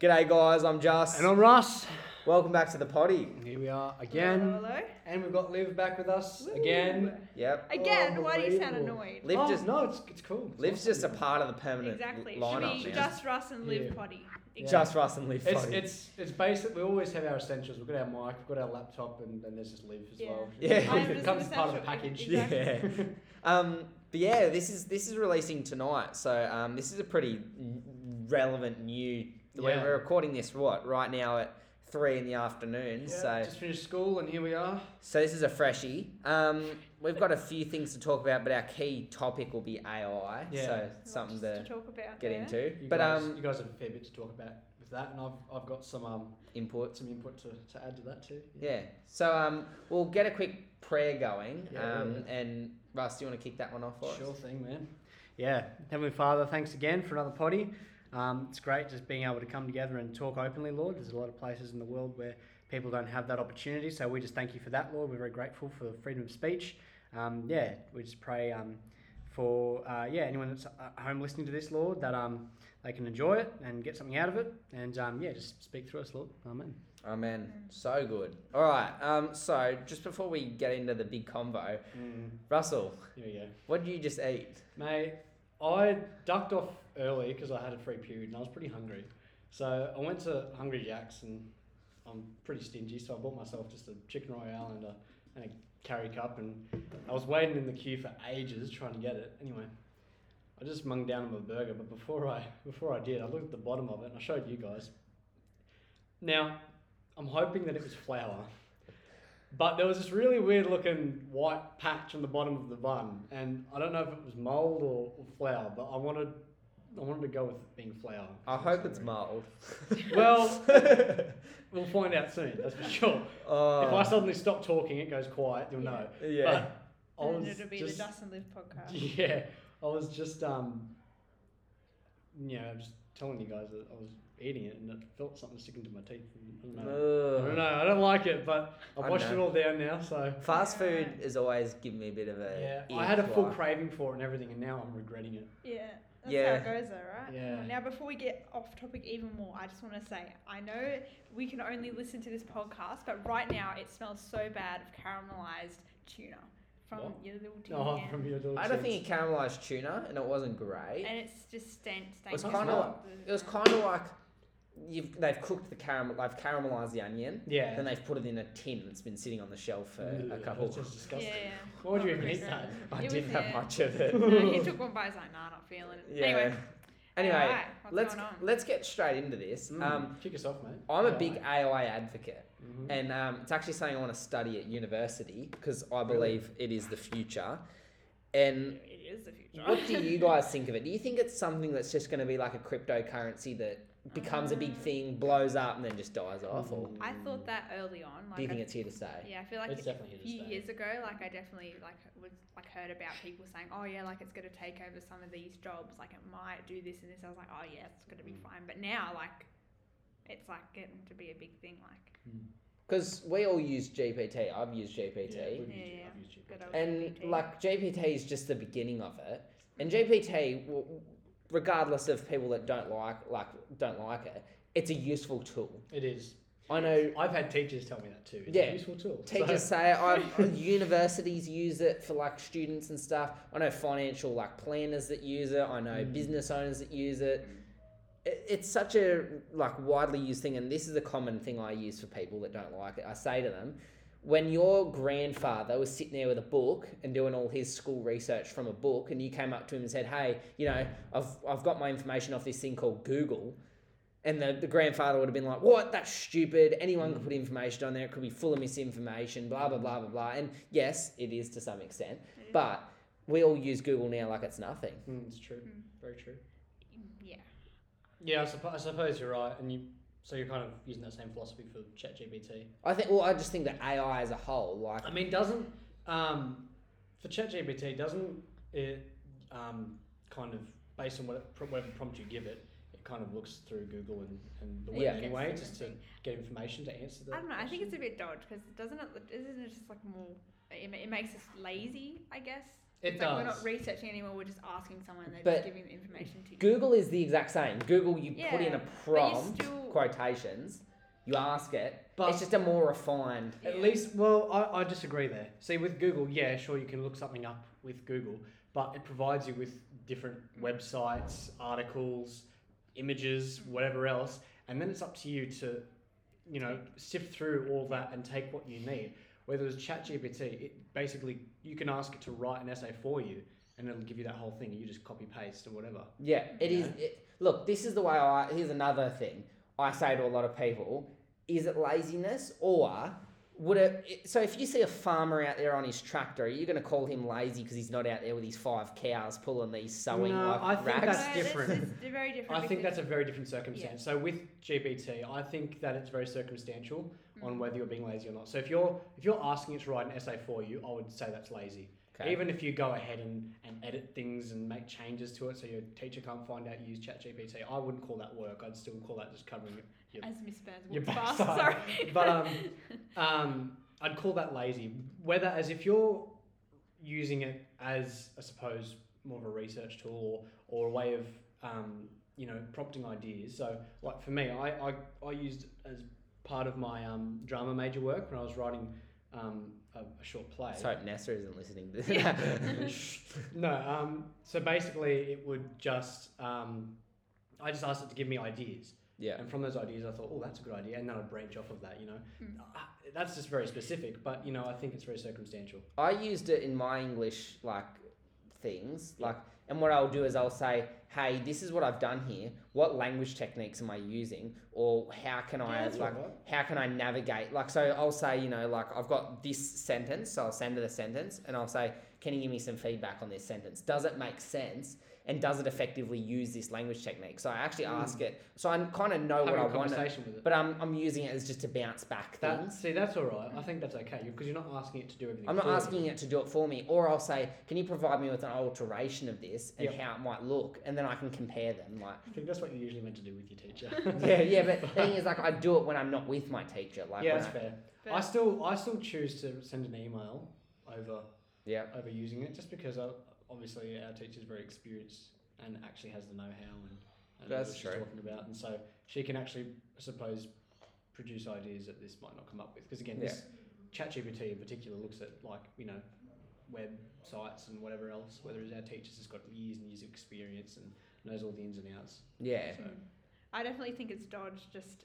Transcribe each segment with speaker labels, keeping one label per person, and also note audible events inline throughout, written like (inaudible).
Speaker 1: G'day, guys. I'm Just.
Speaker 2: And I'm Russ.
Speaker 1: Welcome back to the potty.
Speaker 2: Here we are
Speaker 3: Hello,
Speaker 2: again.
Speaker 3: hello.
Speaker 2: And we've got Liv back with us
Speaker 3: Woo.
Speaker 2: again.
Speaker 1: Yep.
Speaker 3: Again, why do you sound
Speaker 2: Unbelievable.
Speaker 3: annoyed?
Speaker 1: Liv
Speaker 2: oh,
Speaker 1: just
Speaker 2: no, it's, it's cool. It's
Speaker 1: Liv's just a
Speaker 2: awesome.
Speaker 1: part of the permanent
Speaker 3: Exactly.
Speaker 1: l- lineup
Speaker 3: Should be
Speaker 1: now.
Speaker 3: just Russ and Liv
Speaker 2: Yeah.
Speaker 3: potty.
Speaker 2: Yeah.
Speaker 1: Just Russ and Liv.
Speaker 2: It's
Speaker 1: potty.
Speaker 2: it's it's basic. We always have our essentials. We've got our mic, we've got our laptop, and then there's just Liv as
Speaker 3: Yeah.
Speaker 2: well.
Speaker 1: Yeah. I am
Speaker 2: it
Speaker 1: just
Speaker 2: comes
Speaker 3: an
Speaker 2: as part of the
Speaker 3: essential.
Speaker 2: package.
Speaker 3: Yeah.
Speaker 2: (laughs)
Speaker 1: Yeah. um, but yeah, this is this is releasing tonight, so um, this is a pretty n- relevant new. We're,
Speaker 2: Yeah.
Speaker 1: we're recording this what right now at three in the afternoon. so
Speaker 2: Just finished school, and here we are.
Speaker 1: so this is a freshie. Um, we've got a few things to talk about, but our key topic will be AI.
Speaker 2: Yeah.
Speaker 1: So
Speaker 3: Lots
Speaker 1: something
Speaker 3: to
Speaker 1: to
Speaker 3: talk about.
Speaker 1: get
Speaker 3: there.
Speaker 1: into.
Speaker 2: You
Speaker 1: But
Speaker 2: guys,
Speaker 1: um,
Speaker 2: you guys have a fair bit to talk about with that, and I've I've got some um
Speaker 1: input.
Speaker 2: some input to, to add to that too.
Speaker 1: Yeah. So um, we'll get a quick prayer going.
Speaker 2: Yeah,
Speaker 1: um, and Russ, do you want to kick that one off for
Speaker 2: Sure
Speaker 1: us?
Speaker 2: thing, man. Yeah, Heavenly Father, thanks again for another potty. Um, it's great just being able to come together and talk openly, Lord. There's a lot of places in the world where people don't have that opportunity, so we just thank you for that, Lord. We're very grateful for freedom of speech. Um, yeah, we just pray um, for uh, yeah anyone that's at home listening to this, Lord, that um, they can enjoy it and get something out of it, and um, yeah, just speak through us, Lord. Amen.
Speaker 1: Amen. Oh, So good. All right. Um, so just before we get into the big convo, Russell,
Speaker 2: Mm, Here we go.
Speaker 1: what did you just eat?
Speaker 2: Mate, I ducked off early because I had a free period and I was pretty hungry. So I went to Hungry Jack's and I'm pretty stingy, so I bought myself just a chicken royale and a, and a curry cup. And I was waiting in the queue for ages trying to get it. Anyway, I just mung down on my burger, but before I before I did, I looked at the bottom of it and I showed you guys. Now, I'm hoping that it was flour. But there was this really weird looking white patch on the bottom of the bun, and I don't know if it was mold or, or flour, but I wanted I wanted to go with it being flour.
Speaker 1: I hope it's mild.
Speaker 2: Well,
Speaker 1: (laughs)
Speaker 2: we'll find out soon. That's for sure.
Speaker 1: Oh,
Speaker 2: if I suddenly stop talking, it goes quiet. You'll know.
Speaker 1: yeah.
Speaker 3: (laughs)
Speaker 2: But I
Speaker 3: And
Speaker 2: was
Speaker 3: it'll be
Speaker 2: just,
Speaker 3: the
Speaker 2: (laughs)
Speaker 3: Just and Liv podcast.
Speaker 2: yeah, I was just um, you know, I was telling you guys that I was eating it, and it felt something sticking to my teeth. and I don't know. I don't
Speaker 1: Ugh.
Speaker 2: know. I don't like it, but
Speaker 1: I
Speaker 2: I've washed it
Speaker 1: know.
Speaker 2: all down now, so.
Speaker 1: Fast food is always giving me a bit of
Speaker 2: Yeah,
Speaker 1: a.
Speaker 2: I had a full
Speaker 1: ick, like-
Speaker 2: craving for it and everything, and now I'm regretting it.
Speaker 3: Yeah. That's
Speaker 1: Yeah.
Speaker 3: how it goes, though, right?
Speaker 2: Yeah. (laughs)
Speaker 3: Now, before we get off topic even more, I just want to say I know we can only listen to this podcast, but right now it smells so bad of caramelized tuna from
Speaker 2: What?
Speaker 3: your little tin
Speaker 2: Oh,
Speaker 3: can.
Speaker 2: from your little
Speaker 1: I had a
Speaker 2: tins.
Speaker 1: thing of caramelized tuna, and it wasn't great.
Speaker 3: and it's just stank. stank
Speaker 1: was
Speaker 3: of
Speaker 2: kinda
Speaker 3: salt.
Speaker 1: It was kind of like you've they've cooked the caramel, they've caramelized the onion,
Speaker 2: Yeah.
Speaker 1: then they've put it in a tin that's been sitting on the shelf for a
Speaker 2: Ugh,
Speaker 1: couple.
Speaker 2: That's just
Speaker 3: Yeah,
Speaker 2: disgusting.
Speaker 3: yeah.
Speaker 2: Why would you
Speaker 3: Not
Speaker 2: even
Speaker 3: very
Speaker 2: eat that?
Speaker 1: (laughs)
Speaker 3: good.
Speaker 1: I
Speaker 3: It
Speaker 1: didn't
Speaker 3: was,
Speaker 1: have
Speaker 3: yeah.
Speaker 1: much of (laughs)
Speaker 2: (laughs)
Speaker 1: it.
Speaker 3: no, he took one bite. He's like, nah, not feeling it.
Speaker 1: Yeah.
Speaker 3: Anyway,
Speaker 1: Anyway,
Speaker 3: alright, what's
Speaker 1: let's
Speaker 3: going on?
Speaker 1: let's get straight into this.
Speaker 2: Mm.
Speaker 3: Mm.
Speaker 1: Um,
Speaker 2: Kick us off, mate.
Speaker 1: I'm a
Speaker 2: Yeah,
Speaker 1: big
Speaker 2: mate.
Speaker 1: AI advocate,
Speaker 2: Mhm.
Speaker 1: and um, it's actually something I want to study at university because I
Speaker 2: Really?
Speaker 1: believe it is the future.
Speaker 2: Mm.
Speaker 1: And
Speaker 3: it is the future.
Speaker 1: what do
Speaker 2: (laughs)
Speaker 1: you guys think of it? Do you think it's something that's just going to be like a cryptocurrency that becomes a big
Speaker 3: Mm.
Speaker 1: thing, blows up, and then just dies off? Or
Speaker 3: (laughs) I thought that early on. Mm. Like,
Speaker 1: do you think
Speaker 3: I,
Speaker 1: it's here to stay?
Speaker 3: Yeah, I feel like
Speaker 2: It's
Speaker 3: a
Speaker 2: definitely here to
Speaker 3: few
Speaker 2: stay.
Speaker 3: years ago, like I definitely like was like heard about people saying, oh yeah, like it's gonna take over some of these jobs. Like it might do this and this. I was like, oh yeah, it's gonna
Speaker 2: Mm.
Speaker 3: be fine. But now, like, it's like getting to be a big thing. Like
Speaker 1: Because we all use GPT. I've used GPT.
Speaker 2: Yeah, we've used
Speaker 3: Yeah,
Speaker 2: it,
Speaker 3: yeah.
Speaker 2: I've used it.
Speaker 3: good old
Speaker 1: and
Speaker 3: GPT.
Speaker 1: like GPT is just the beginning of it. And GPT, w- regardless of people that don't like like don't like it, it's a useful tool.
Speaker 2: It is.
Speaker 1: I know
Speaker 2: I've had teachers tell me that too. It's
Speaker 1: Yeah.
Speaker 2: a useful tool.
Speaker 1: teachers
Speaker 2: (laughs) So-
Speaker 1: say I've, universities use it for like students and stuff. I know financial like planners that use it. I know
Speaker 2: Mm.
Speaker 1: business owners that use it. It- It's such a like widely used thing, and this is a common thing I use for people that don't like it. I say to them, when your grandfather was sitting there with a book and doing all his school research from a book, and you came up to him and said, "Hey, you know, I've I've got my information off this thing called Google," and the, the grandfather would have been like, "What? That's stupid.
Speaker 2: Mm.
Speaker 1: Anyone can put information on there. It could be full of misinformation. Blah blah blah blah blah." And yes, it is to some extent,
Speaker 3: Mm.
Speaker 1: but we all use Google now like it's nothing.
Speaker 2: Mm, it's true.
Speaker 3: Hmm.
Speaker 2: Very true.
Speaker 3: yeah,
Speaker 2: Yeah, I, suppo- I suppose you're right. And you, so you're kind of using that same philosophy for ChatGPT.
Speaker 1: I think. Well, I just think that AI as a whole, like,
Speaker 2: I mean, doesn't um, for ChatGPT doesn't it um, kind of based on what it, pro- whatever prompt you give it, it kind of looks through Google and, and the web
Speaker 1: Yeah.
Speaker 2: anyway,
Speaker 3: Gets
Speaker 2: just to get information to answer the.
Speaker 3: I don't know. I think it's
Speaker 2: question.
Speaker 3: a bit dodge because doesn't it? Isn't it just like more? It, ma- it makes us lazy, I guess.
Speaker 2: It
Speaker 3: it's
Speaker 2: does.
Speaker 3: Like we're not researching anymore. We're just asking someone. and They're
Speaker 1: But
Speaker 3: just giving the information to you.
Speaker 1: Google is the exact same. Google, you put in a
Speaker 3: Yeah, But
Speaker 1: prompt.
Speaker 3: you still
Speaker 1: quotations. You ask it.
Speaker 2: But-
Speaker 1: it's just a more refined.
Speaker 2: At
Speaker 3: Yeah.
Speaker 2: least, well, I, I disagree there. See, with Google, yeah, sure, you can look something up with Google, but it provides you with different websites, articles, images, whatever else, and then it's up to you to, you know, sift through all that and take what you need. Whether it's ChatGPT, it basically you can ask it to write an essay for you, and it'll give you that whole thing. You just copy paste or whatever.
Speaker 1: Yeah, it is.
Speaker 2: Yeah.
Speaker 1: It, look, this is the way I. Here's another thing I say to a lot of people: Is it laziness or would it? it- So if you see a farmer out there on his tractor, are you going to call him lazy because he's not out there with his five cows pulling these sewing
Speaker 2: No,
Speaker 1: like
Speaker 2: I think
Speaker 1: racks?
Speaker 2: that's different.
Speaker 3: It's very different.
Speaker 2: I think
Speaker 3: because-
Speaker 2: that's a very different circumstance. So with GPT, I think that it's very circumstantial on whether you're being lazy or not. So if you're if you're asking it to write an essay for you, I would say that's lazy.
Speaker 1: Okay.
Speaker 2: Even if you go ahead and, and edit things and make changes to it so your teacher can't find out you use ChatGPT, I wouldn't call that work. I'd still call that just covering it.
Speaker 3: as Miss Burns
Speaker 2: your
Speaker 3: walks (laughs)
Speaker 2: (laughs)
Speaker 3: past. Sorry.
Speaker 2: backside. But um, um, I'd call that lazy. Whether as if you're using it as I suppose more of a research tool or, or a way of um, you know prompting ideas. So like for me, I, I, I used as part of my um, drama major work when I was writing um, a, a short play.
Speaker 1: Let's hope Nessa isn't listening to
Speaker 3: Yeah.
Speaker 2: (laughs) No, um, so basically it would just um, I just asked it to give me ideas.
Speaker 1: yeah.
Speaker 2: And from those ideas, I thought, oh, that's a good idea. And then I'd branch off of that, you know.
Speaker 3: Mm.
Speaker 2: Uh, That's just very specific, but, you know, I think it's very circumstantial.
Speaker 1: (laughs) I used it in my English like things,
Speaker 2: Yeah.
Speaker 1: like, and what I'll do is I'll say, "Hey, this is what I've done here. What language techniques am I using, or how can I
Speaker 2: that's
Speaker 1: like,
Speaker 2: alright.
Speaker 1: how can I navigate?" Like, so I'll say, you know, like I've got this sentence, so I'll send her the sentence, and I'll say, "Can you give me some feedback on this sentence? Does it make sense?" And does it effectively use this language technique? So I actually ask it. So I kind of know
Speaker 2: Hmm.
Speaker 1: what
Speaker 2: Having
Speaker 1: I
Speaker 2: a
Speaker 1: want, it,
Speaker 2: conversation with it.
Speaker 1: but I'm, I'm using it as just to bounce back
Speaker 2: That-
Speaker 1: things.
Speaker 2: see, that's all right. I think that's okay because you're not asking it to do everything.
Speaker 1: I'm not
Speaker 2: for you.
Speaker 1: asking it to do it for me, or I'll say, "Can you provide me with an alteration of this and
Speaker 2: Yep.
Speaker 1: how it might look?" And then I can compare them. Like,
Speaker 2: I think that's what you're usually meant to do with your teacher.
Speaker 1: (laughs) yeah, yeah. But the thing is, like, I do it when I'm not with my teacher. Like,
Speaker 2: yeah,
Speaker 1: when
Speaker 2: that's
Speaker 1: I-
Speaker 2: fair.
Speaker 3: (laughs) But
Speaker 2: I still, I still choose to send an email over
Speaker 1: yeah,
Speaker 2: over using it just because I, obviously our teacher's very experienced and actually has the know how and, and knows
Speaker 1: That's
Speaker 2: what she's
Speaker 1: true.
Speaker 2: talking about, and so she can actually, I suppose, produce ideas that this might not come up with. Because again,
Speaker 1: Yeah.
Speaker 2: this ChatGPT in particular looks at like you know websites and whatever else. Whereas our teachers has got years and years of experience and knows all the ins and outs.
Speaker 1: yeah,
Speaker 2: So
Speaker 3: hmm, I definitely think it's dodge just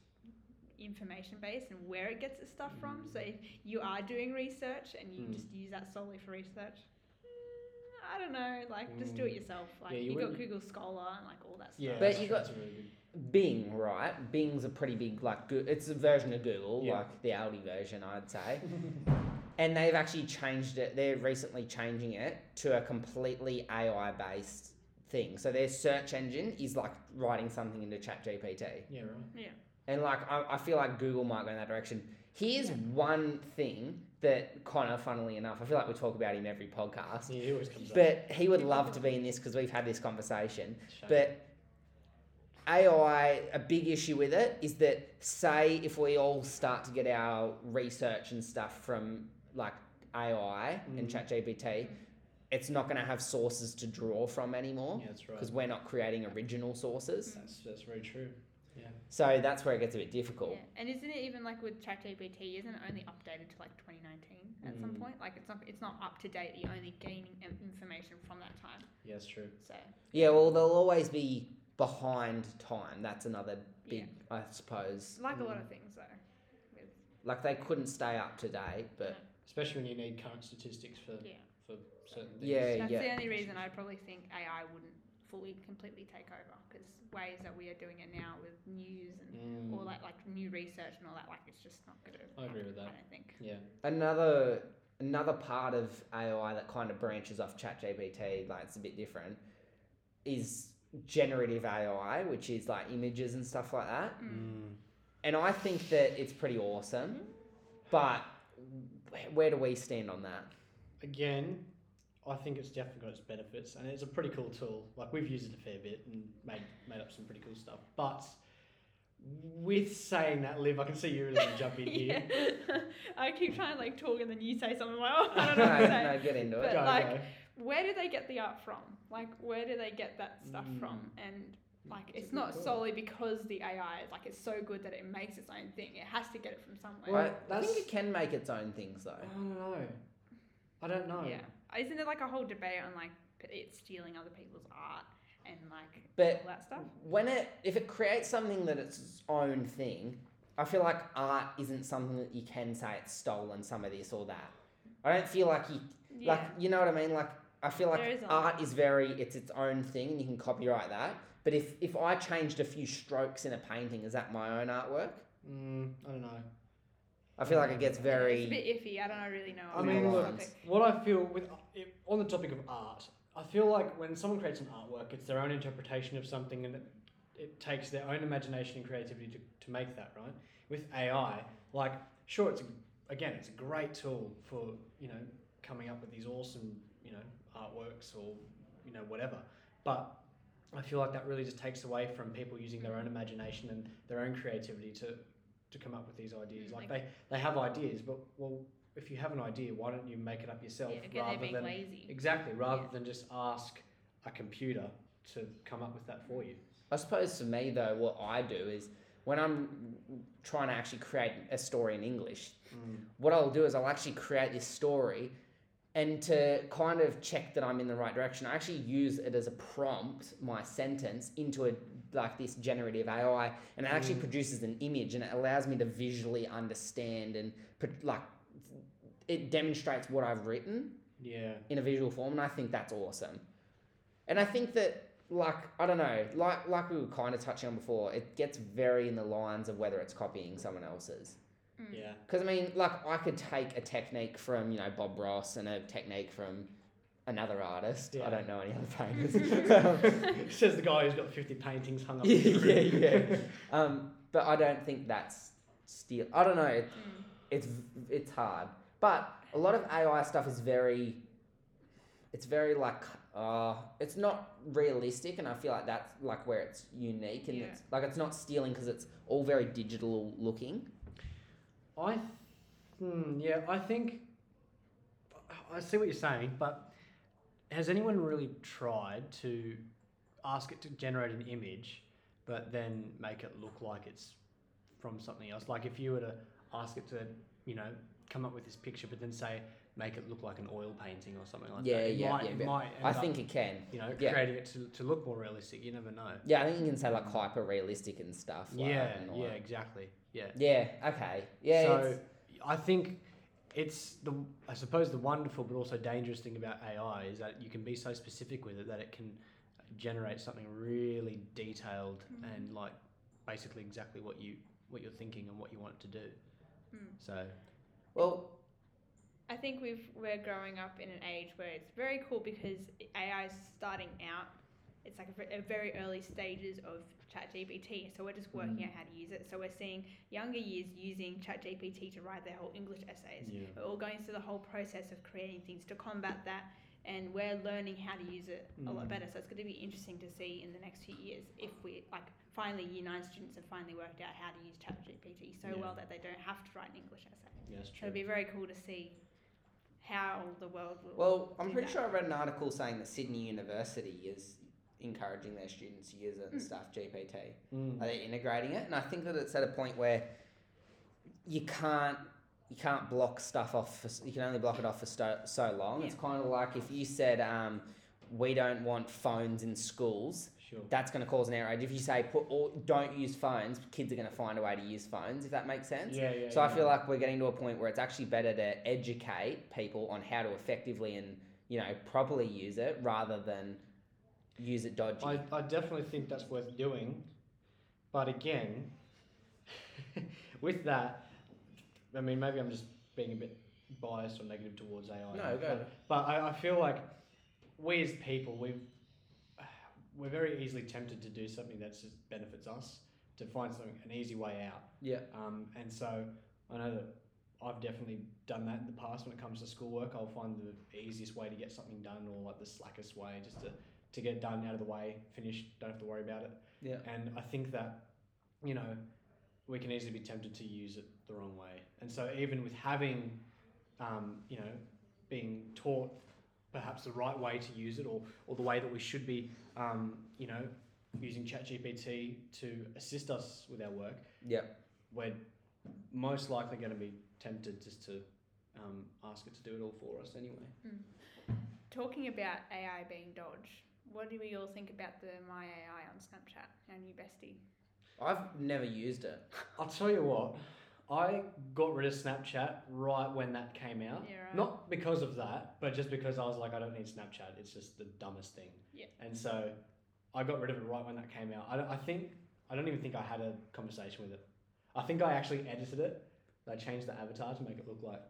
Speaker 3: information based and where it gets its stuff from. So if you are doing research and you
Speaker 2: Mm.
Speaker 3: just use that solely for research, mm, I don't know, like just do it yourself. Like
Speaker 2: Hmm. Yeah, you
Speaker 3: you, got
Speaker 2: wouldn't-
Speaker 3: Google Scholar and like all that stuff.
Speaker 2: yeah,
Speaker 1: But
Speaker 2: that's-
Speaker 1: you got-
Speaker 2: Uh, that's a really good-
Speaker 1: Bing, right? Bing's a pretty big, like, Goo- it's a version of Google,
Speaker 2: Yeah.
Speaker 1: like the Audi version, I'd say. (laughs) and they've actually changed it. They're recently changing it to a completely AI based thing. So their search engine is like writing something into ChatGPT.
Speaker 2: yeah right.
Speaker 1: And like, I, I feel like Google might go in that direction. Here's
Speaker 3: Yeah.
Speaker 1: one thing that Connor, funnily enough, I feel like we talk about him every podcast,
Speaker 2: Yeah, he always comes up.
Speaker 1: but he would love to be in this because we've had this conversation.
Speaker 2: Shame.
Speaker 1: But AI, a big issue with it is that, say, if we all start to get our research and stuff from like AI and
Speaker 2: Mm.
Speaker 1: ChatGPT, it's not going to have sources to draw from anymore
Speaker 2: yeah, Mm. that's right.
Speaker 1: because we're not creating original sources.
Speaker 2: That's that's very true. Yeah.
Speaker 1: So that's where it gets a bit difficult.
Speaker 3: Yeah. And isn't it even like with ChatGPT? Isn't it only updated to like 2019 at some
Speaker 2: Mm.
Speaker 3: point? Like it's not it's not up to date. You're only gaining in- information from that time.
Speaker 2: Yeah, that's true.
Speaker 3: So
Speaker 1: Yeah, well, they'll always be behind time. That's another big, I suppose.
Speaker 3: like a lot
Speaker 2: Mm.
Speaker 3: of things though. With,
Speaker 1: Like they couldn't stay up to date, but
Speaker 2: Especially when you need current statistics for
Speaker 3: yeah.
Speaker 2: for certain things.
Speaker 1: Yeah,
Speaker 3: That's
Speaker 1: yeah.
Speaker 3: the only reason I probably think AI wouldn't fully completely take over because ways that we are doing it now with news and
Speaker 2: Mm.
Speaker 3: all that like new research and all that like it's just not gonna.
Speaker 2: I agree with
Speaker 3: I
Speaker 2: that.
Speaker 3: don't think.
Speaker 2: Yeah.
Speaker 1: another another part of AI that kind of branches off ChatGPT, like it's a bit different, is generative AI, which is like images and stuff like that.
Speaker 3: (laughs) Mm.
Speaker 1: And I think that it's pretty awesome, but wh- where do we stand on that?
Speaker 2: Again, I think it's definitely got its benefits, and it's a pretty cool tool. Like we've used it a fair bit and made made up some pretty cool stuff. But with saying that, Liv, I can see you really jump
Speaker 3: (laughs)
Speaker 2: in here.
Speaker 3: Yeah. (laughs) I keep trying to like talk and then you say something like oh I
Speaker 1: No, (laughs)
Speaker 3: don't know what to say.
Speaker 1: no, get into
Speaker 2: Go,
Speaker 1: it.
Speaker 3: But- like,
Speaker 2: go.
Speaker 3: Where do they get the art from? Like where do they get that stuff from? And Like
Speaker 2: It's a
Speaker 3: it's
Speaker 2: good
Speaker 3: not
Speaker 2: call.
Speaker 3: solely because the AI is like it's so good that it makes its own thing. It has to get it from somewhere.
Speaker 1: I,
Speaker 2: Well,
Speaker 1: I think
Speaker 2: that's-
Speaker 1: it can make its own things though.
Speaker 2: I don't know. I don't know.
Speaker 3: Yeah. Isn't there like a whole debate on like p- it stealing other people's art and like
Speaker 1: But-
Speaker 3: all that stuff?
Speaker 1: When it if it creates something that it's its own thing, I feel like art isn't something that you can say it's stolen some of this or that. I don't feel like you
Speaker 3: Yeah.
Speaker 1: like you know what I mean. Like I feel like
Speaker 3: There is a
Speaker 1: art
Speaker 3: line.
Speaker 1: is very it's its own thing, and you can copyright that. But if if I changed a few strokes in a painting, is that my own artwork?
Speaker 2: Mm, I don't know.
Speaker 1: I feel like it gets
Speaker 3: It's a
Speaker 1: very
Speaker 3: bit iffy. I don't really know.
Speaker 2: I
Speaker 1: in
Speaker 2: mean,
Speaker 1: the
Speaker 2: look,
Speaker 1: lines.
Speaker 2: what I feel with it- on the topic of art, I feel like when someone creates an artwork, it's their own interpretation of something, and it, it takes their own imagination and creativity to, to make that right. With AI, like sure, it's a, again, it's a great tool for you know coming up with these awesome you know artworks or you know whatever, but I feel like that really just takes away from people using their own imagination and their own creativity to to come up with these ideas.
Speaker 3: Mm,
Speaker 2: Like
Speaker 3: like-
Speaker 2: they they have ideas, but well, if you have an idea, why don't you make it up yourself
Speaker 3: yeah, again, they're
Speaker 2: rather
Speaker 3: being
Speaker 2: than
Speaker 3: lazy.
Speaker 2: exactly rather
Speaker 3: Yeah.
Speaker 2: than just ask a computer to come up with that for you.
Speaker 1: I suppose for me though, what I do is when I'm trying to actually create a story in English, what I'll do is I'll actually create this story and to kind of check that I'm in the right direction, I actually use it as a prompt, my sentence, into a like this generative AI and it actually
Speaker 2: Mm.
Speaker 1: produces an image and it allows me to visually understand and put, like it demonstrates what I've written
Speaker 2: Yeah.
Speaker 1: in a visual form, and I think that's awesome. And I think that, like, I don't know, like like we were kind of touching on before, it gets very in the lines of whether it's copying someone else's.
Speaker 3: Mm.
Speaker 2: Yeah.
Speaker 1: Because I mean, like, I could take a technique from you know Bob Ross and a technique from another artist. I
Speaker 2: Yeah.
Speaker 1: don't know any other famous.
Speaker 2: (laughs)
Speaker 1: (laughs)
Speaker 2: Says the guy who's got fifty paintings hung up. in
Speaker 1: Yeah,
Speaker 2: his room.
Speaker 1: yeah, yeah. um, but I don't think that's steal. I don't know. it-
Speaker 3: Mm.
Speaker 1: It's it's hard, but a lot of AI stuff is very. It's very like uh, it's not realistic, and I feel like that's like where it's unique and
Speaker 3: Yeah.
Speaker 1: it's like it's not stealing because it's all very digital looking.
Speaker 2: I, th- hmm, yeah, I think I see what you're saying, but has anyone really tried to ask it to generate an image, but then make it look like it's from something else? Like if you were to ask it to, you know, come up with this picture, but then say make it look like an oil painting or something like
Speaker 1: Yeah,
Speaker 2: that. It
Speaker 1: yeah,
Speaker 2: might,
Speaker 1: yeah,
Speaker 2: it
Speaker 1: yeah.
Speaker 2: might
Speaker 1: I
Speaker 2: end up,
Speaker 1: think it can.
Speaker 2: you know
Speaker 1: yeah.
Speaker 2: creating it to, to look more realistic. You never know.
Speaker 1: Yeah, I think you can say like hyper realistic and stuff. Like,
Speaker 2: yeah,
Speaker 1: and all
Speaker 2: yeah,
Speaker 1: that.
Speaker 2: exactly. Yeah.
Speaker 1: yeah. Okay. Yeah.
Speaker 2: So
Speaker 1: it's-
Speaker 2: I think it's the I suppose the wonderful but also dangerous thing about AI is that you can be so specific with it that it can generate something really detailed
Speaker 3: Mm.
Speaker 2: and like basically exactly what you what you're thinking and what you want it to do.
Speaker 3: Mm.
Speaker 2: So
Speaker 1: well,
Speaker 3: I think we've we're growing up in an age where it's very cool because AI is starting out. It's like a, ve- a very early stages of ChatGPT, so we're just working
Speaker 2: Mm.
Speaker 3: out how to use it. So we're seeing younger years using ChatGPT to write their whole English essays.
Speaker 2: yeah.
Speaker 3: We're all going through the whole process of creating things to combat that, and we're learning how to use it a lot
Speaker 2: Mm.
Speaker 3: better. So it's going to be interesting to see in the next few years if we like finally Year Nine students have finally worked out how to use ChatGPT so
Speaker 2: Yeah.
Speaker 3: well that they don't have to write an English essay.
Speaker 2: Yeah, that's
Speaker 3: So
Speaker 2: true.
Speaker 3: it'd be very cool to see how the world will.
Speaker 1: well, I'm
Speaker 3: do
Speaker 1: pretty
Speaker 3: that.
Speaker 1: sure I read an article saying that Sydney University is encouraging their students to use it and
Speaker 3: Mm.
Speaker 1: stuff. GPT.
Speaker 2: Mm.
Speaker 1: Are they integrating it? And I think that it's at a point where you can't you can't block stuff off. For, s- you can only block it off for sto- so long. It's kind of like if you said, um, "We don't want phones in schools."
Speaker 2: Sure.
Speaker 1: That's going to cause an outrage. If you say, "Put all, don't use phones," kids are going to find a way to use phones. If that makes sense.
Speaker 2: Yeah, yeah.
Speaker 1: So I
Speaker 2: yeah.
Speaker 1: feel like we're getting to a point where it's actually better to educate people on how to effectively and you know properly use it rather than use it dodgy.
Speaker 2: I, I definitely think that's worth doing. But again, (laughs) with that, I mean, maybe I'm just being a bit biased or negative towards AI.
Speaker 1: No, go.
Speaker 2: But, but I, I feel like we as people, we we're very easily tempted to do something that just benefits us, to find something an easy way out.
Speaker 1: yeah.
Speaker 2: Um, and so I know that I've definitely done that in the past when it comes to schoolwork. I'll find the easiest way to get something done or like the slackest way just to, to get it done out of the way, finished, don't have to worry about it.
Speaker 1: Yeah.
Speaker 2: And I think that, you know, we can easily be tempted to use it the wrong way. And so even with having, um, you know, being taught perhaps the right way to use it or, or the way that we should be, um, you know, using ChatGPT to assist us with our work,
Speaker 1: Yeah.
Speaker 2: we're most likely going to be tempted just to um, ask it to do it all for us anyway.
Speaker 3: Talking about AI being dodge, what do we all think about the My AI on Snapchat, our new bestie?
Speaker 1: I've never used it.
Speaker 2: I'll tell you what, I got rid of Snapchat right when that came out.
Speaker 3: Yeah, right.
Speaker 2: Not because of that, but just because I was like, I don't need Snapchat. It's just the dumbest thing.
Speaker 3: Yeah.
Speaker 2: And so I got rid of it right when that came out. I, don't- I think, I don't even think I had a conversation with it. I think I actually edited it. I changed the avatar to make it look like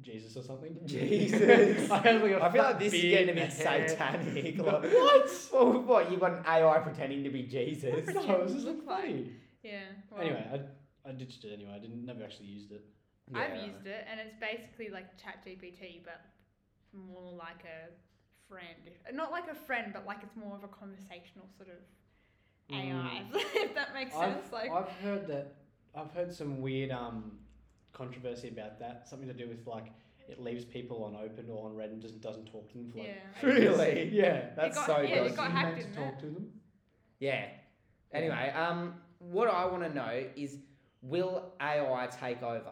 Speaker 2: Jesus or
Speaker 1: (laughs)
Speaker 2: something.
Speaker 1: Jesus. (laughs)
Speaker 2: (laughs) I, had, like, a
Speaker 1: I feel
Speaker 2: fat
Speaker 1: like this is
Speaker 2: beard
Speaker 1: getting a bit
Speaker 2: and (laughs) hair.
Speaker 1: satanic.
Speaker 2: No,
Speaker 1: Like, (laughs) what? Well, what? You got an AI pretending to be
Speaker 2: (laughs)
Speaker 1: Jesus?
Speaker 3: What
Speaker 2: No, it was
Speaker 3: does
Speaker 2: just
Speaker 3: it look like?
Speaker 2: funny.
Speaker 3: Yeah. well,
Speaker 2: Anyway, I, I ditched it anyway. I didn't never actually used it.
Speaker 1: Yeah.
Speaker 3: I've used it, and it's basically like ChatGPT, but more like a friend. Not like a friend, but like it's more of a conversational sort of AI,
Speaker 1: Mm.
Speaker 3: (laughs) if that makes sense.
Speaker 2: I've,
Speaker 3: like,
Speaker 2: I've heard that I've heard some weird um, controversy about that. Something to do with like it leaves people on open or on red and just doesn't talk to them for like
Speaker 3: yeah.
Speaker 1: Really?
Speaker 2: ages. Yeah.
Speaker 1: That's
Speaker 3: got-
Speaker 1: so
Speaker 3: yeah,
Speaker 1: good.
Speaker 3: it got
Speaker 2: You
Speaker 3: hacked,
Speaker 2: meant to
Speaker 3: didn't
Speaker 2: talk to them.
Speaker 1: Yeah. Anyway, um, what I want to know is, will AI take over?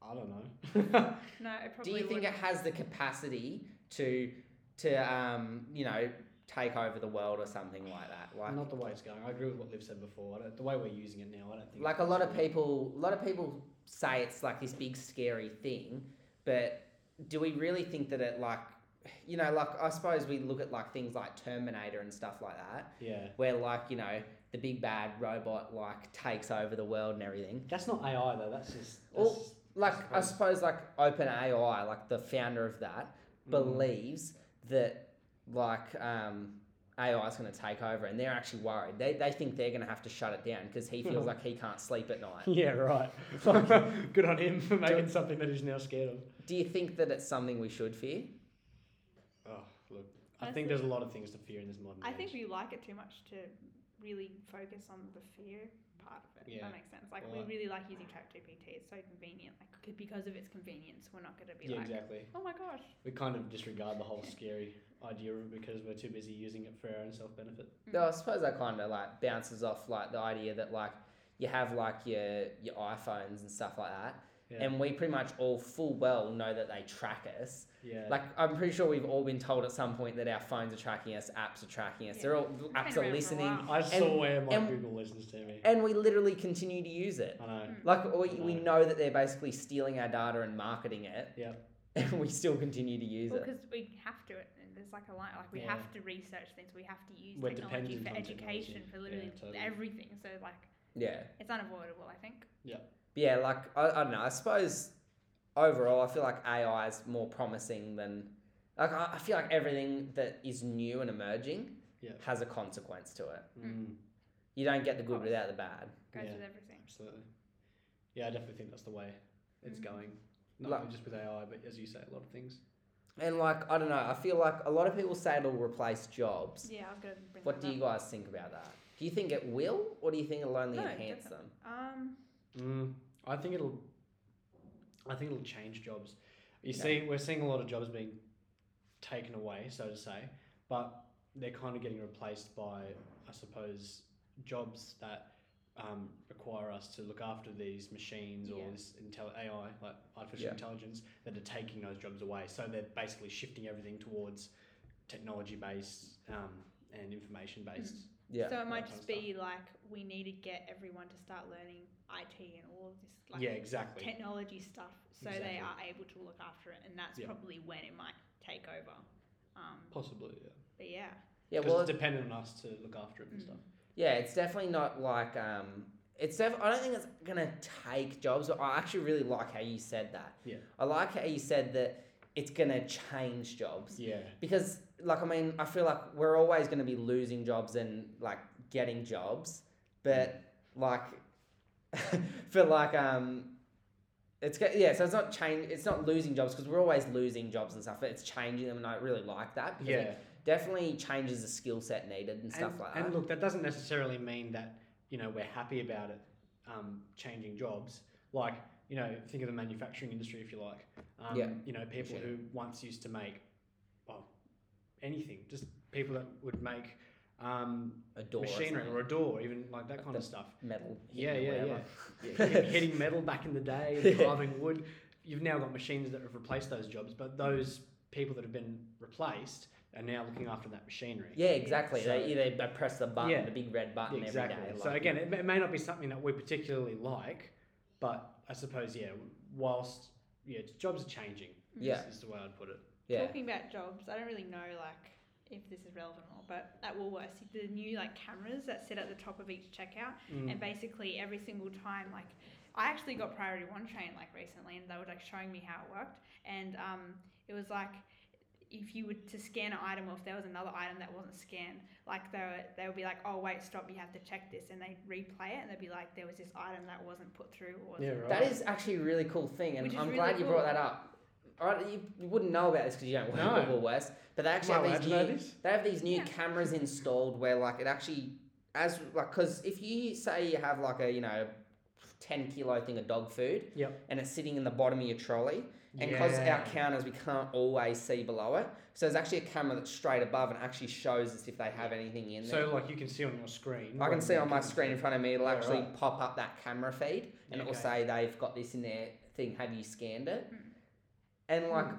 Speaker 2: I don't
Speaker 3: (laughs)
Speaker 2: know.
Speaker 3: No, it
Speaker 1: Do
Speaker 3: probably.
Speaker 1: you think it
Speaker 3: wouldn't.
Speaker 1: has the capacity to, to um, you know, take over the world or something like that? Like,
Speaker 2: Not the way it's going. I agree with what Liv said before. I don't, the way we're using it now, I don't think.
Speaker 1: like a lot of
Speaker 2: it's-
Speaker 1: people, a lot of people say it's like this big scary thing, but do we really think that it like, you know, like I suppose we look at like things like Terminator and stuff like that,
Speaker 2: Yeah.
Speaker 1: where like you know the big bad robot like takes over the world and everything.
Speaker 2: That's not AI though. That's just.
Speaker 1: Well,
Speaker 3: Oh.
Speaker 2: that's just-
Speaker 1: Like I
Speaker 2: suppose.
Speaker 1: suppose like OpenAI, like the founder of that,
Speaker 2: Mm.
Speaker 1: believes that like um, AI is going to take over, and they're actually worried. They they think they're going to have to shut it down because he feels like he can't sleep at night.
Speaker 2: (laughs) Yeah. Right. Fuck, Good on him for making something that he's now scared of.
Speaker 1: Do you think that it's something we should fear?
Speaker 2: Oh, look. I
Speaker 3: That's
Speaker 2: think
Speaker 3: the-
Speaker 2: there's a lot of things to fear in this modern
Speaker 3: I
Speaker 2: age.
Speaker 3: think we like it too much to really focus on the fear part of it. if
Speaker 2: Yeah.
Speaker 3: That makes sense. Like
Speaker 2: Well, I-
Speaker 3: we really like using ChatGPT. It's so convenient. Like c- because of its convenience, we're not going to be
Speaker 2: yeah,
Speaker 3: like,
Speaker 2: exactly.
Speaker 3: oh my gosh.
Speaker 2: We kind of disregard the whole scary idea of it because we're too busy using it for our own self benefit.
Speaker 1: No, I suppose that kind of like bounces off like the idea that like you have like your your iPhones and stuff like that,
Speaker 2: Yeah.
Speaker 1: and we pretty much all full well know that they track us.
Speaker 2: yeah.
Speaker 1: Like I'm pretty sure we've all been told at some point that our phones are tracking us, apps are tracking us.
Speaker 3: Yeah.
Speaker 1: They're all apps
Speaker 3: around for
Speaker 1: are
Speaker 3: a
Speaker 1: listening,
Speaker 3: while.
Speaker 2: I saw where my
Speaker 1: and-
Speaker 2: Google listens to me.
Speaker 1: and we literally continue to use it.
Speaker 2: I know.
Speaker 3: Mm.
Speaker 1: Like we, we
Speaker 2: No.
Speaker 1: know that they're basically stealing our data and marketing it.
Speaker 2: Yep.
Speaker 1: (laughs) And we still continue to use
Speaker 3: Well,
Speaker 1: it.
Speaker 3: because we have to, and there's like a line, like we
Speaker 2: Yeah.
Speaker 3: have to research things, we have to use
Speaker 2: We're
Speaker 3: technology
Speaker 2: dependent
Speaker 3: for
Speaker 2: on technology.
Speaker 3: education, for
Speaker 2: Yeah,
Speaker 3: literally
Speaker 2: totally.
Speaker 3: everything. So like,
Speaker 1: Yeah.
Speaker 3: it's unavoidable, I think.
Speaker 1: yeah, like I, I don't know. I suppose overall, I feel like AI is more promising than like I, I feel like everything that is new and emerging
Speaker 2: Yeah.
Speaker 1: has a consequence to it.
Speaker 2: Mm,
Speaker 1: You don't get the good without the bad.
Speaker 3: Goes
Speaker 2: Yeah.
Speaker 3: with everything.
Speaker 2: absolutely. Yeah, I definitely think that's the way it's
Speaker 3: Mm.
Speaker 2: going. Not
Speaker 1: Like-
Speaker 2: only just with AI, but as you say, a lot of things.
Speaker 1: And like I don't know. I feel like a lot of people say it'll replace jobs.
Speaker 3: Yeah, I was gonna bring
Speaker 1: What
Speaker 3: that
Speaker 1: do you
Speaker 3: up.
Speaker 1: guys think about that? Do you think it will, or do you think it'll only
Speaker 3: No,
Speaker 1: enhance them?
Speaker 3: Um,
Speaker 2: Mm, I think it'll. I think it'll change jobs. You
Speaker 1: Yeah.
Speaker 2: see, we're seeing a lot of jobs being taken away, so to say, but they're kind of getting replaced by, I suppose, jobs that um, require us to look after these machines or
Speaker 3: Yeah.
Speaker 2: this intel- AI, like artificial
Speaker 1: Yeah.
Speaker 2: intelligence, that are taking those jobs away. So they're basically shifting everything towards technology-based um, and information-based.
Speaker 1: Yeah.
Speaker 3: so it might
Speaker 2: that
Speaker 3: just
Speaker 2: kind of
Speaker 3: be like we need to get everyone to start learning IT and all of this like
Speaker 2: yeah, exactly.
Speaker 3: technology stuff, so
Speaker 2: Exactly.
Speaker 3: they are able to look after it, and that's
Speaker 2: Yeah.
Speaker 3: probably when it might take over. Um,
Speaker 2: Possibly, yeah.
Speaker 3: but yeah,
Speaker 1: yeah.
Speaker 2: Because
Speaker 1: Well,
Speaker 2: it's dependent on us to look after it and
Speaker 3: Mm.
Speaker 2: stuff.
Speaker 1: Yeah, it's definitely not like um, it's. Def- I don't think it's gonna take jobs. But I actually really like how you said that.
Speaker 2: Yeah.
Speaker 1: I like how you said that it's gonna change jobs
Speaker 2: Yeah.
Speaker 1: because, like, I mean, I feel like we're always gonna be losing jobs and like getting jobs, but like, (laughs) for like um. It's go- yeah, so it's not change. It's not losing jobs because we're always losing jobs and stuff. But it's changing them, and I really like that. Because
Speaker 2: Yeah.
Speaker 1: it definitely changes the skill set needed and stuff
Speaker 2: and,
Speaker 1: like
Speaker 2: and
Speaker 1: that.
Speaker 2: look, that doesn't necessarily mean that you know we're happy about it um, changing jobs. Like you know, think of the manufacturing industry if you like. Um,
Speaker 1: Yeah.
Speaker 2: You know, people who once used to make well anything, just people that would make um,
Speaker 1: a door, or
Speaker 2: machinery
Speaker 1: something,
Speaker 2: or a door, even like that kind
Speaker 1: the-
Speaker 2: of stuff.
Speaker 1: metal.
Speaker 2: Yeah,
Speaker 1: hitting or
Speaker 2: yeah, yeah.
Speaker 1: whatever.
Speaker 2: yeah. (laughs) hit- Hitting metal back in the day, carving wood. You've now got machines that have replaced those jobs, but those people that have been replaced are now looking after that machinery.
Speaker 1: (laughs) Yeah, exactly.
Speaker 2: So-
Speaker 1: they, they they press the button,
Speaker 2: Yeah.
Speaker 1: the big red button
Speaker 2: Yeah, exactly.
Speaker 1: every day.
Speaker 2: so
Speaker 1: like-
Speaker 2: again, it may, it may not be something that we particularly like, but I suppose yeah, whilst yeah, jobs are changing. is-
Speaker 1: Yeah.
Speaker 2: is the way I'd put it.
Speaker 1: yeah,
Speaker 3: Talking about jobs, I don't really know like if this is relevant or not, but at Woolworths, the new like cameras that sit at the top of each checkout,
Speaker 2: Mm.
Speaker 3: and basically every single time, like I actually got priority one train like recently, and they were like showing me how it worked, and um, it was like if you were to scan an item or if there was another item that wasn't scanned, like they were, they would be like, oh wait, stop, you have to check this, and they replay it, and they'd be like, there was this item that wasn't put through, or
Speaker 2: Yeah, right.
Speaker 1: that is actually a really cool thing, and
Speaker 3: Which is
Speaker 1: I'm
Speaker 3: really
Speaker 1: glad you brought
Speaker 3: cool.
Speaker 1: that up. All right, you, you wouldn't know about this because you don't work
Speaker 2: No.
Speaker 1: at Woolworths, but they actually
Speaker 2: Am I
Speaker 1: have these
Speaker 2: allowed to
Speaker 1: new
Speaker 2: know this?
Speaker 1: they have these new
Speaker 3: Yeah.
Speaker 1: cameras installed where like it actually as like because if you say you have like a you know 10 kilo thing of dog food
Speaker 2: Yep.
Speaker 1: and it's sitting in the bottom of your trolley and because our counters we can't always see below it so there's actually a camera that's straight above and actually shows us if they have anything in there
Speaker 2: So like you can see on your screen.
Speaker 1: I can
Speaker 2: what
Speaker 1: see
Speaker 2: you
Speaker 1: on my screen in front of me, it'll
Speaker 2: Yeah,
Speaker 1: actually
Speaker 2: right.
Speaker 1: pop up that camera feed and it'll
Speaker 2: Okay.
Speaker 1: say they've got this in their thing. Have you scanned it?
Speaker 3: Mm.
Speaker 1: And like
Speaker 2: Mm.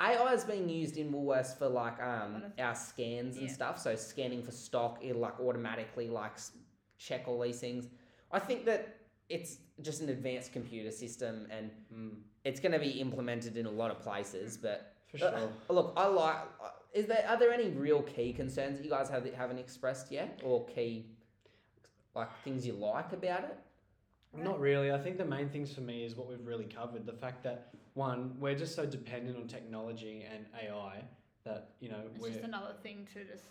Speaker 1: AI is being used in Woolworths for like um
Speaker 3: Lot of-
Speaker 1: our scans and
Speaker 3: Yeah.
Speaker 1: stuff. So scanning for stock, it'll like automatically like s- check all these things. I think that it's just an advanced computer system and
Speaker 2: Mm,
Speaker 1: it's going to be implemented in a lot of places. But
Speaker 2: for
Speaker 1: uh,
Speaker 2: sure.
Speaker 1: look, I like. uh, Is there are there any real key concerns that you guys have that haven't expressed yet, or key like things you like about it?
Speaker 2: Not really. I think the main things for me is what we've really covered. The fact that one, we're just so dependent on technology and AI that you know
Speaker 3: it's
Speaker 2: we're
Speaker 3: just another thing to just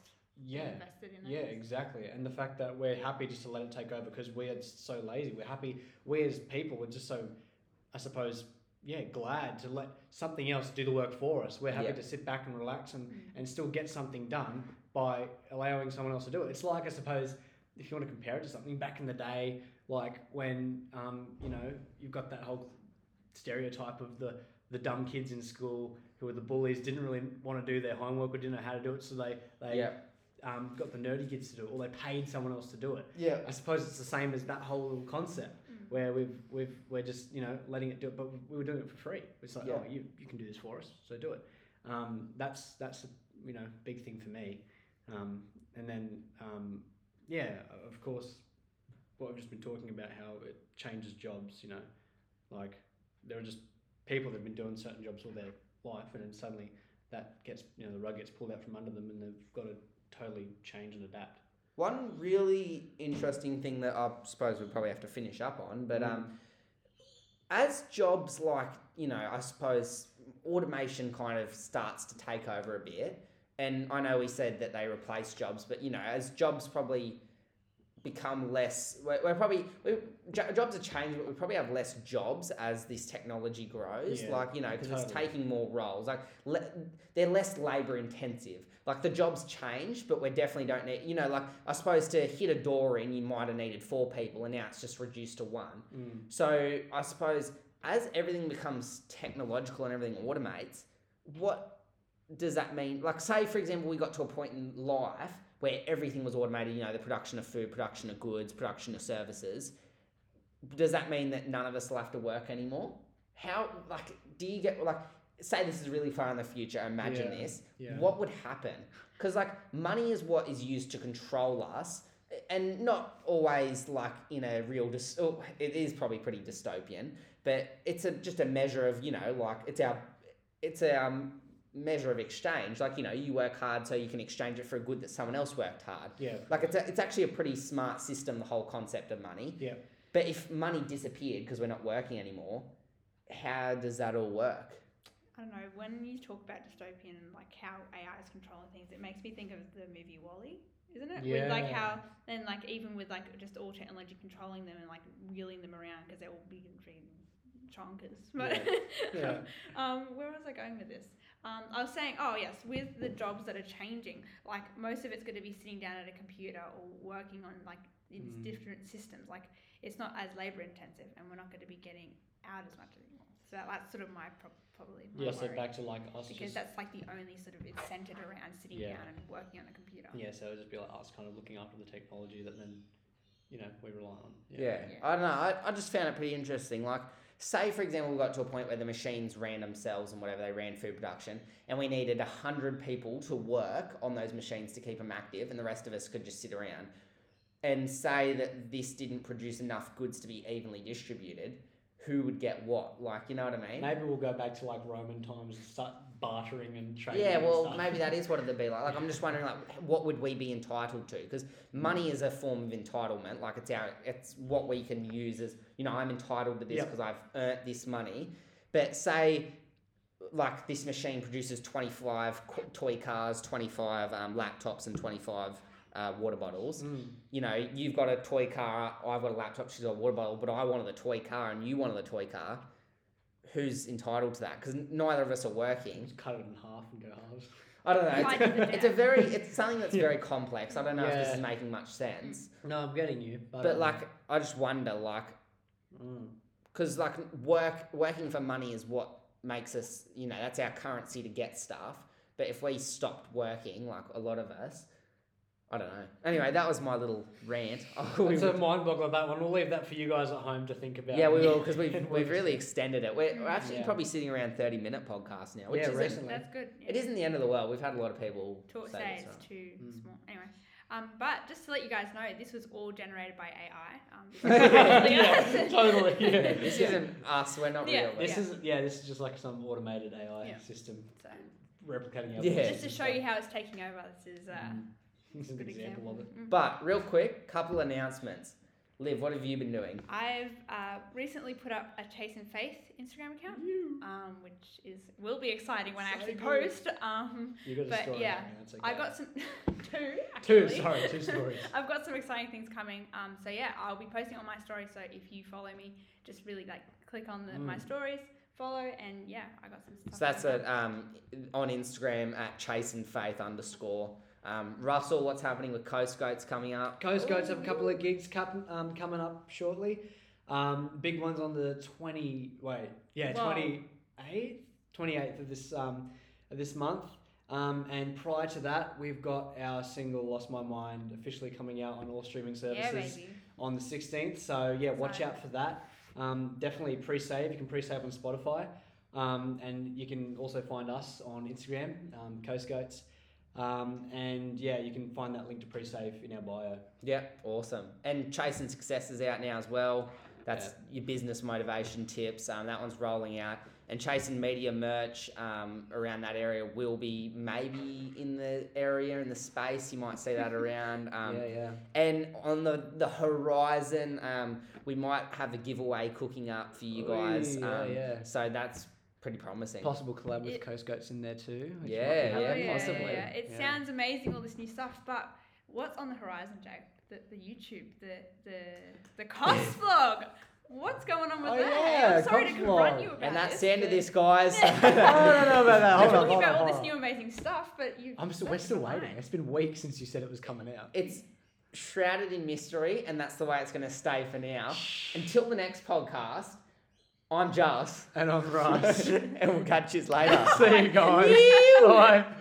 Speaker 2: yeah.
Speaker 3: invest it in. I
Speaker 2: Yeah,
Speaker 3: guess.
Speaker 2: exactly. And the fact that we're happy just to let it take over because we are so lazy. We're happy. We as people are just so, I suppose, yeah, glad to let something else do the work for us. We're happy
Speaker 1: Yeah.
Speaker 2: to sit back and relax and,
Speaker 3: Mm.
Speaker 2: and still get something done by allowing someone else to do it. It's like, I suppose, if you want to compare it to something back in the day, like when, um, you know, you've got that whole stereotype of the, the dumb kids in school who were the bullies, didn't really want to do their homework or didn't know how to do it. So they, they
Speaker 1: yeah,
Speaker 2: um, got the nerdy kids to do it, or they paid someone else to do it.
Speaker 1: yeah,
Speaker 2: I suppose it's the same as that whole little concept
Speaker 3: Mm.
Speaker 2: where we've we've we're just you know letting it do it, but we were doing it for free. It's like
Speaker 1: Yeah.
Speaker 2: oh you you can do this for us, so do it. Um, that's that's a, you know big thing for me, um, and then um, yeah of course what I've just been talking about how it changes jobs. You know, like there are just people that've been doing certain jobs all their life, and then suddenly that gets you know the rug gets pulled out from under them, and they've got to totally change and adapt.
Speaker 1: One really interesting thing that I suppose we probably have to finish up on, but
Speaker 2: Mm.
Speaker 1: um, as jobs like you know, I suppose automation kind of starts to take over a bit, and I know we said that they replace jobs, but you know, as jobs probably become less, we're, we're probably we, jo- jobs are changing, but we probably have less jobs as this technology grows.
Speaker 2: Yeah,
Speaker 1: like you know, because it's
Speaker 2: totally.
Speaker 1: taking more roles. Like le- they're less labor intensive. Like the jobs change, but we definitely don't need, you know, like I suppose to hit a door in, you might have needed four people and now it's just reduced to one.
Speaker 2: Mm.
Speaker 1: So I suppose as everything becomes technological and everything automates, what does that mean? Like, say, for example, we got to a point in life where everything was automated, you know, the production of food, production of goods, production of services. Does that mean that none of us will have to work anymore? How, like, do you get, like, say this is really far in the future, imagine
Speaker 2: Yeah,
Speaker 1: this.
Speaker 2: yeah.
Speaker 1: What would happen? Because, like, money is what is used to control us and not always like in a real dys- oh, it is probably pretty dystopian but it's a just a measure of you know like it's our it's a um, measure of exchange like you know you work hard so you can exchange it for a good that someone else worked hard
Speaker 2: Yeah.
Speaker 1: like it's, a, it's actually a pretty smart system the whole concept of money
Speaker 2: Yeah.
Speaker 1: but if money disappeared because we're not working anymore how does that all work
Speaker 3: I don't know. When you talk about dystopian and like how AI is controlling things, it makes me think of the movie Wally, isn't it? With like
Speaker 2: Yeah.
Speaker 3: how then like even with like just all technology controlling them and like wheeling them around because they're all big and freaking chonkers. (laughs) But
Speaker 2: (laughs) Yeah.
Speaker 3: um, where was I going with this? Um, I was saying, oh yes, with the jobs that are changing, like most of it's going to be sitting down at a computer or working on like
Speaker 2: Mm.
Speaker 3: in different systems. Like it's not as labor intensive, and we're not going to be getting out as much anymore. So that, that's sort of my prob- probably my
Speaker 2: Yeah, so
Speaker 3: worry.
Speaker 2: back to like us
Speaker 3: because
Speaker 2: just
Speaker 3: that's like the only sort of it's centered around sitting
Speaker 2: Yeah.
Speaker 3: down and working on a computer.
Speaker 2: yeah, so it'd just be like us kind of looking after the technology that then you know we rely on.
Speaker 1: Yeah. I don't know. I, I just found it pretty interesting. Like, say, for example, we got to a point where the machines ran themselves and whatever, they ran food production, and we needed 100 people to work on those machines to keep them active, and the rest of us could just sit around. And say that this didn't produce enough goods to be evenly distributed, who would get what? Like, you know what I mean?
Speaker 2: Maybe we'll go back to like Roman times and start bartering and trading.
Speaker 1: Yeah,
Speaker 2: and
Speaker 1: well,
Speaker 2: stuff. (laughs)
Speaker 1: maybe that is what it'd be like. Like, I'm just wondering, like, what would we be entitled to? Because
Speaker 2: Mm.
Speaker 1: money is a form of entitlement. Like, it's our, it's what we can use as, you know, I'm entitled to this
Speaker 2: Yep.
Speaker 1: because I've earned this money. But say, like, this machine produces 25 qu- toy cars, 25 um, laptops, and 25 uh, water bottles.
Speaker 2: Mm.
Speaker 1: You know, you've got a toy car, I've got a laptop, she's got a water bottle, but I wanted the toy car and you wanted the toy car. Who's entitled to that? Because neither of us are working.
Speaker 2: Just cut it in half and go halves. (laughs)
Speaker 1: I don't know.
Speaker 3: Fight
Speaker 1: It's,
Speaker 3: to the
Speaker 1: it's a
Speaker 3: death.
Speaker 1: very it's something that's
Speaker 2: Yeah.
Speaker 1: very complex. I don't know if this is
Speaker 2: Yeah.
Speaker 1: making much sense,
Speaker 2: No, I'm getting you, but,
Speaker 1: but
Speaker 2: um,
Speaker 1: like I just wonder, like,
Speaker 2: mm.
Speaker 1: because like work working for money is what makes us, you know, that's our currency to get stuff. But if we stopped working, like a lot of us, I don't know. Anyway, that was my little rant. (laughs) We-
Speaker 2: it's a mind boggler that one. We'll leave that for you guys at home to think about.
Speaker 1: yeah, we
Speaker 2: (laughs)
Speaker 1: will because we've we've really extended it. We're, we're actually
Speaker 2: Yeah.
Speaker 1: probably sitting around thirty minute podcast now, which
Speaker 2: yeah,
Speaker 1: is
Speaker 2: recently.
Speaker 3: That's good. yeah.
Speaker 1: it isn't the end of the world. We've had a lot of people
Speaker 3: to
Speaker 1: say
Speaker 3: say
Speaker 1: this,
Speaker 3: it's too
Speaker 2: Mm.
Speaker 3: small. Anyway, um, but just to let you guys know, this was all generated by AI. Um,
Speaker 2: yeah, totally.
Speaker 3: (laughs)
Speaker 2: Yeah.
Speaker 1: This
Speaker 2: Yeah.
Speaker 1: isn't us. We're not
Speaker 3: Yeah.
Speaker 1: real.
Speaker 2: This
Speaker 3: Yeah.
Speaker 2: is yeah. This is just like some automated AI
Speaker 3: Yeah.
Speaker 2: system
Speaker 3: So,
Speaker 2: replicating. our
Speaker 1: Yeah.
Speaker 2: voices
Speaker 3: just to
Speaker 2: and
Speaker 3: show
Speaker 2: stuff.
Speaker 3: you how it's taking over, this is uh,
Speaker 2: Mm. (laughs) This is
Speaker 3: a
Speaker 2: an
Speaker 3: good
Speaker 2: example of it.
Speaker 3: Mm.
Speaker 1: But real quick, couple announcements. Liv, what have you been doing?
Speaker 3: I've uh, recently put up a Chase and Faith Instagram account, um, which is will be exciting when I actually
Speaker 2: Exciting.
Speaker 3: post. Um,
Speaker 2: You got a
Speaker 3: But,
Speaker 2: story.
Speaker 3: yeah,
Speaker 2: man, it's
Speaker 3: I
Speaker 2: okay.
Speaker 3: got some (laughs) two
Speaker 2: (laughs) two.
Speaker 3: actually.
Speaker 2: Sorry, two stories.
Speaker 3: I've got some exciting things coming. Um, so yeah, I'll be posting on my story. So if you follow me, just really like click on the, my
Speaker 2: Mm.
Speaker 3: stories, follow, and yeah, I got some stuff.
Speaker 1: So that's
Speaker 3: coming
Speaker 1: it um, on Instagram at chase and faith underscore. Um, Russell, what's happening with Coast Goats coming up?
Speaker 2: (laughs) Coast Guards have a couple of gigs cap- um, coming up shortly. Um, big ones on the twenty. Wait, yeah,
Speaker 3: Wow.
Speaker 2: twenty eighth, twenty eighth of this um, of this month. Um, and prior to that, we've got our single "Lost My Mind" officially coming out on all streaming
Speaker 3: up. Yeah,
Speaker 2: services
Speaker 3: baby.
Speaker 2: on the sixteenth. So yeah, watch out for that. Um, definitely pre-save. You can pre-save on Spotify, um, and you can also find us on Instagram, um, Coast Goats. Um, and yeah, you can find that link to pre-save in our bio.
Speaker 1: Yep, awesome. And Chase and Success is out now as well. That's your business motivation tips. Um, that one's rolling out. And Chase and Media merch um, around that area will be maybe in the area, in the space. You might see that around. Um,
Speaker 2: yeah, yeah.
Speaker 1: And on the, the horizon, um, we might have a giveaway cooking up for you guys.
Speaker 2: Ooh, yeah,
Speaker 1: um,
Speaker 2: oh, yeah.
Speaker 1: So that's pretty promising.
Speaker 2: Possible collab with
Speaker 3: It-
Speaker 2: Coast Goats in there too. which might be
Speaker 1: Yeah,
Speaker 3: Oh,
Speaker 2: cool.
Speaker 1: yeah,
Speaker 3: Yeah,
Speaker 1: possibly.
Speaker 3: yeah. It
Speaker 2: Yeah.
Speaker 3: sounds amazing, all this new stuff, but what's on the horizon, Jack? The, the YouTube, the the the
Speaker 2: (laughs)
Speaker 3: cost vlog. What's going on with
Speaker 2: Oh,
Speaker 3: that?
Speaker 2: yeah,
Speaker 3: I'm sorry to
Speaker 2: cost
Speaker 3: confront
Speaker 2: vlog.
Speaker 3: you about
Speaker 1: and that's
Speaker 3: this,
Speaker 1: the end of
Speaker 3: (laughs) but-
Speaker 1: this, guys. (laughs)
Speaker 2: (laughs)
Speaker 3: Yeah.
Speaker 2: I don't know about that.
Speaker 3: We're
Speaker 2: Hold on,
Speaker 3: talking
Speaker 2: hold on,
Speaker 3: about all
Speaker 2: hold
Speaker 3: this
Speaker 2: on.
Speaker 3: new amazing stuff, but you.
Speaker 2: I'm still,
Speaker 3: don't
Speaker 2: we're still
Speaker 3: define
Speaker 2: waiting.
Speaker 3: it.
Speaker 2: It's been weeks since you said it was coming out.
Speaker 1: it's shrouded in mystery, and that's the way it's going to stay for now. Until the next podcast, I'm Jas,
Speaker 2: And I'm
Speaker 1: (laughs)
Speaker 2: right. (laughs)
Speaker 1: and we'll catch you later.
Speaker 3: (laughs)
Speaker 2: See you guys.
Speaker 1: Yeah.
Speaker 2: Bye.